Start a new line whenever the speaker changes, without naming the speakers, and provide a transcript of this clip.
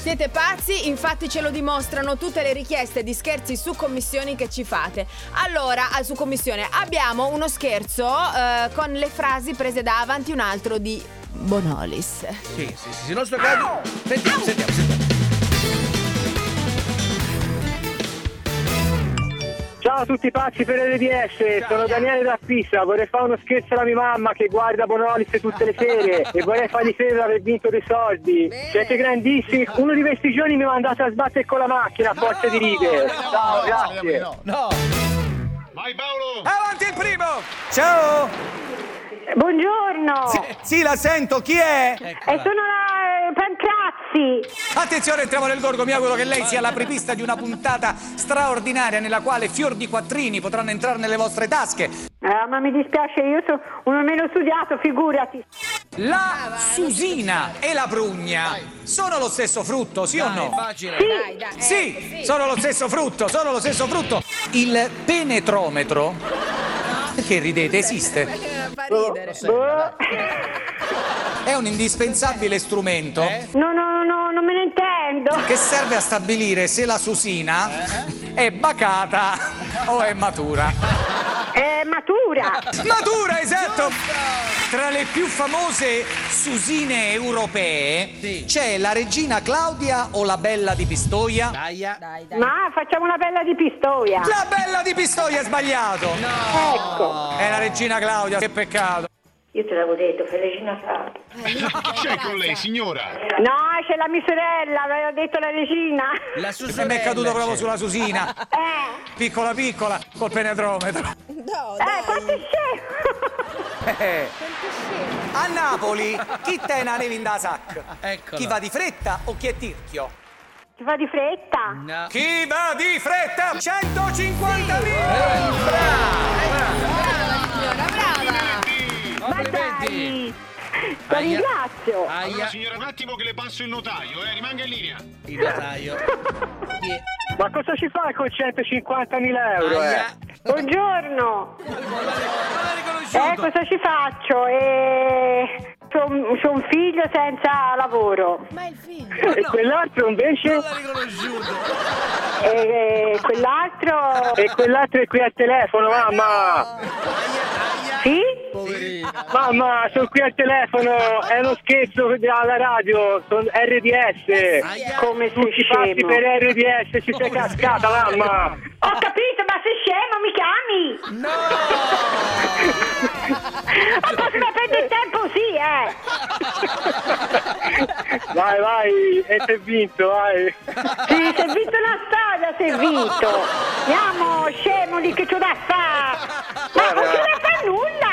Siete pazzi? Infatti ce lo dimostrano tutte le richieste di scherzi su commissioni che ci fate. Allora, ah, su commissione abbiamo uno scherzo eh, con le frasi prese da avanti un altro di Bonolis.
Sì, sì, sì, sì, non sto cagando. Sentiamo, sentiamo, sentiamo.
Ciao a tutti pazzi per LDS,
Ciao, ciao.
sono Daniele da Pisa, vorrei fare uno scherzo alla mia mamma che guarda Bonolis tutte le sere e vorrei fargli credere di aver vinto dei soldi.
Bene.
Siete grandissimi, uno di questi giorni mi mandate a sbattere con la macchina a forza di ridere. Ciao, grazie.
No.
Vai Paolo!
Avanti il primo! Ciao!
Buongiorno,
Sì,
Eh.
sì, la sento, chi è?
Ecco.
e sono la eh, Pancrazzi.
Attenzione, entriamo nel gorgo, mi auguro che lei sia la prevista di una puntata straordinaria nella quale fior di quattrini potranno entrare nelle vostre tasche.
Ah, ma mi dispiace, io sono uno meno studiato, figurati.
La susina e la prugna sono lo stesso frutto, sì o
Dai,
no?
facile.
Dai, ecco, dai.
Sì, sono lo stesso frutto, sono lo stesso frutto. Il penetrometro. Perché ridete? Esiste.
Eh, Fa ridere.
Boh,
È un indispensabile strumento
Eh?
No, no, no, non me ne intendo.
che serve a stabilire se la susina è bacata o è matura.
È Eh, matura.
Matura, esatto! Tra le più famose susine europee
Sì.
c'è la regina Claudia o la bella di Pistoia?
Aia.
Dai, dai.
Ma facciamo una bella di Pistoia.
La bella di Pistoia è sbagliato!
Ecco.
È la regina Claudia, che peccato!
Io te l'avevo detto, Felicina Claudia.
Eh,
Chi c'è Cioè, con lei, signora?
No, c'è la mia sorella, avevo detto la regina.
La susurella.
Mi è caduto proprio sulla susina,
Eh,
piccola piccola, col penetrometro.
No,
eh, quanto scemo.
Eh. A Napoli chi tena neve in da sac?
Eccola.
Chi va di fretta o chi è tirchio?
Ti fa di fretta?
No.
Chi va di fretta? 150.000!
Signora, brava.
Ma dai.
Complimenti.
Ti
Aia.
ringrazio.
Allora
Aia.
signora, un attimo che le passo il notaio, eh, rimanga in linea.
Il notaio. Chi è?
Ma cosa ci fai con 150.000 euro? Eh?
Aia.
Buongiorno.
Non l'ha
Eh,
riconosciuto.
cosa ci faccio? Eh, sono un figlio senza lavoro.
Ma il film.
eh? E quell'altro invece?
Non l'ha riconosciuto.
E, eh, quell'altro...
E quell'altro è qui al telefono, mamma!
Aia, aia.
Sì?
Poverina.
Mamma, sono qui al telefono, è uno scherzo alla radio, sono RDS.
Come
Tu
sei
ci passi
scemo.
per RDS, ci sei cascata, mamma.
Ho capito, ma sei scemo, mi chiami?
No.
Ma posso ma perdere il tempo, sì, eh.
Vai, vai, e sei vinto, vai.
Sì, sei vinto una storia, sei vinto. Andiamo, scemo lì, che c'ho da fa? Ma non c'ho da fa nulla.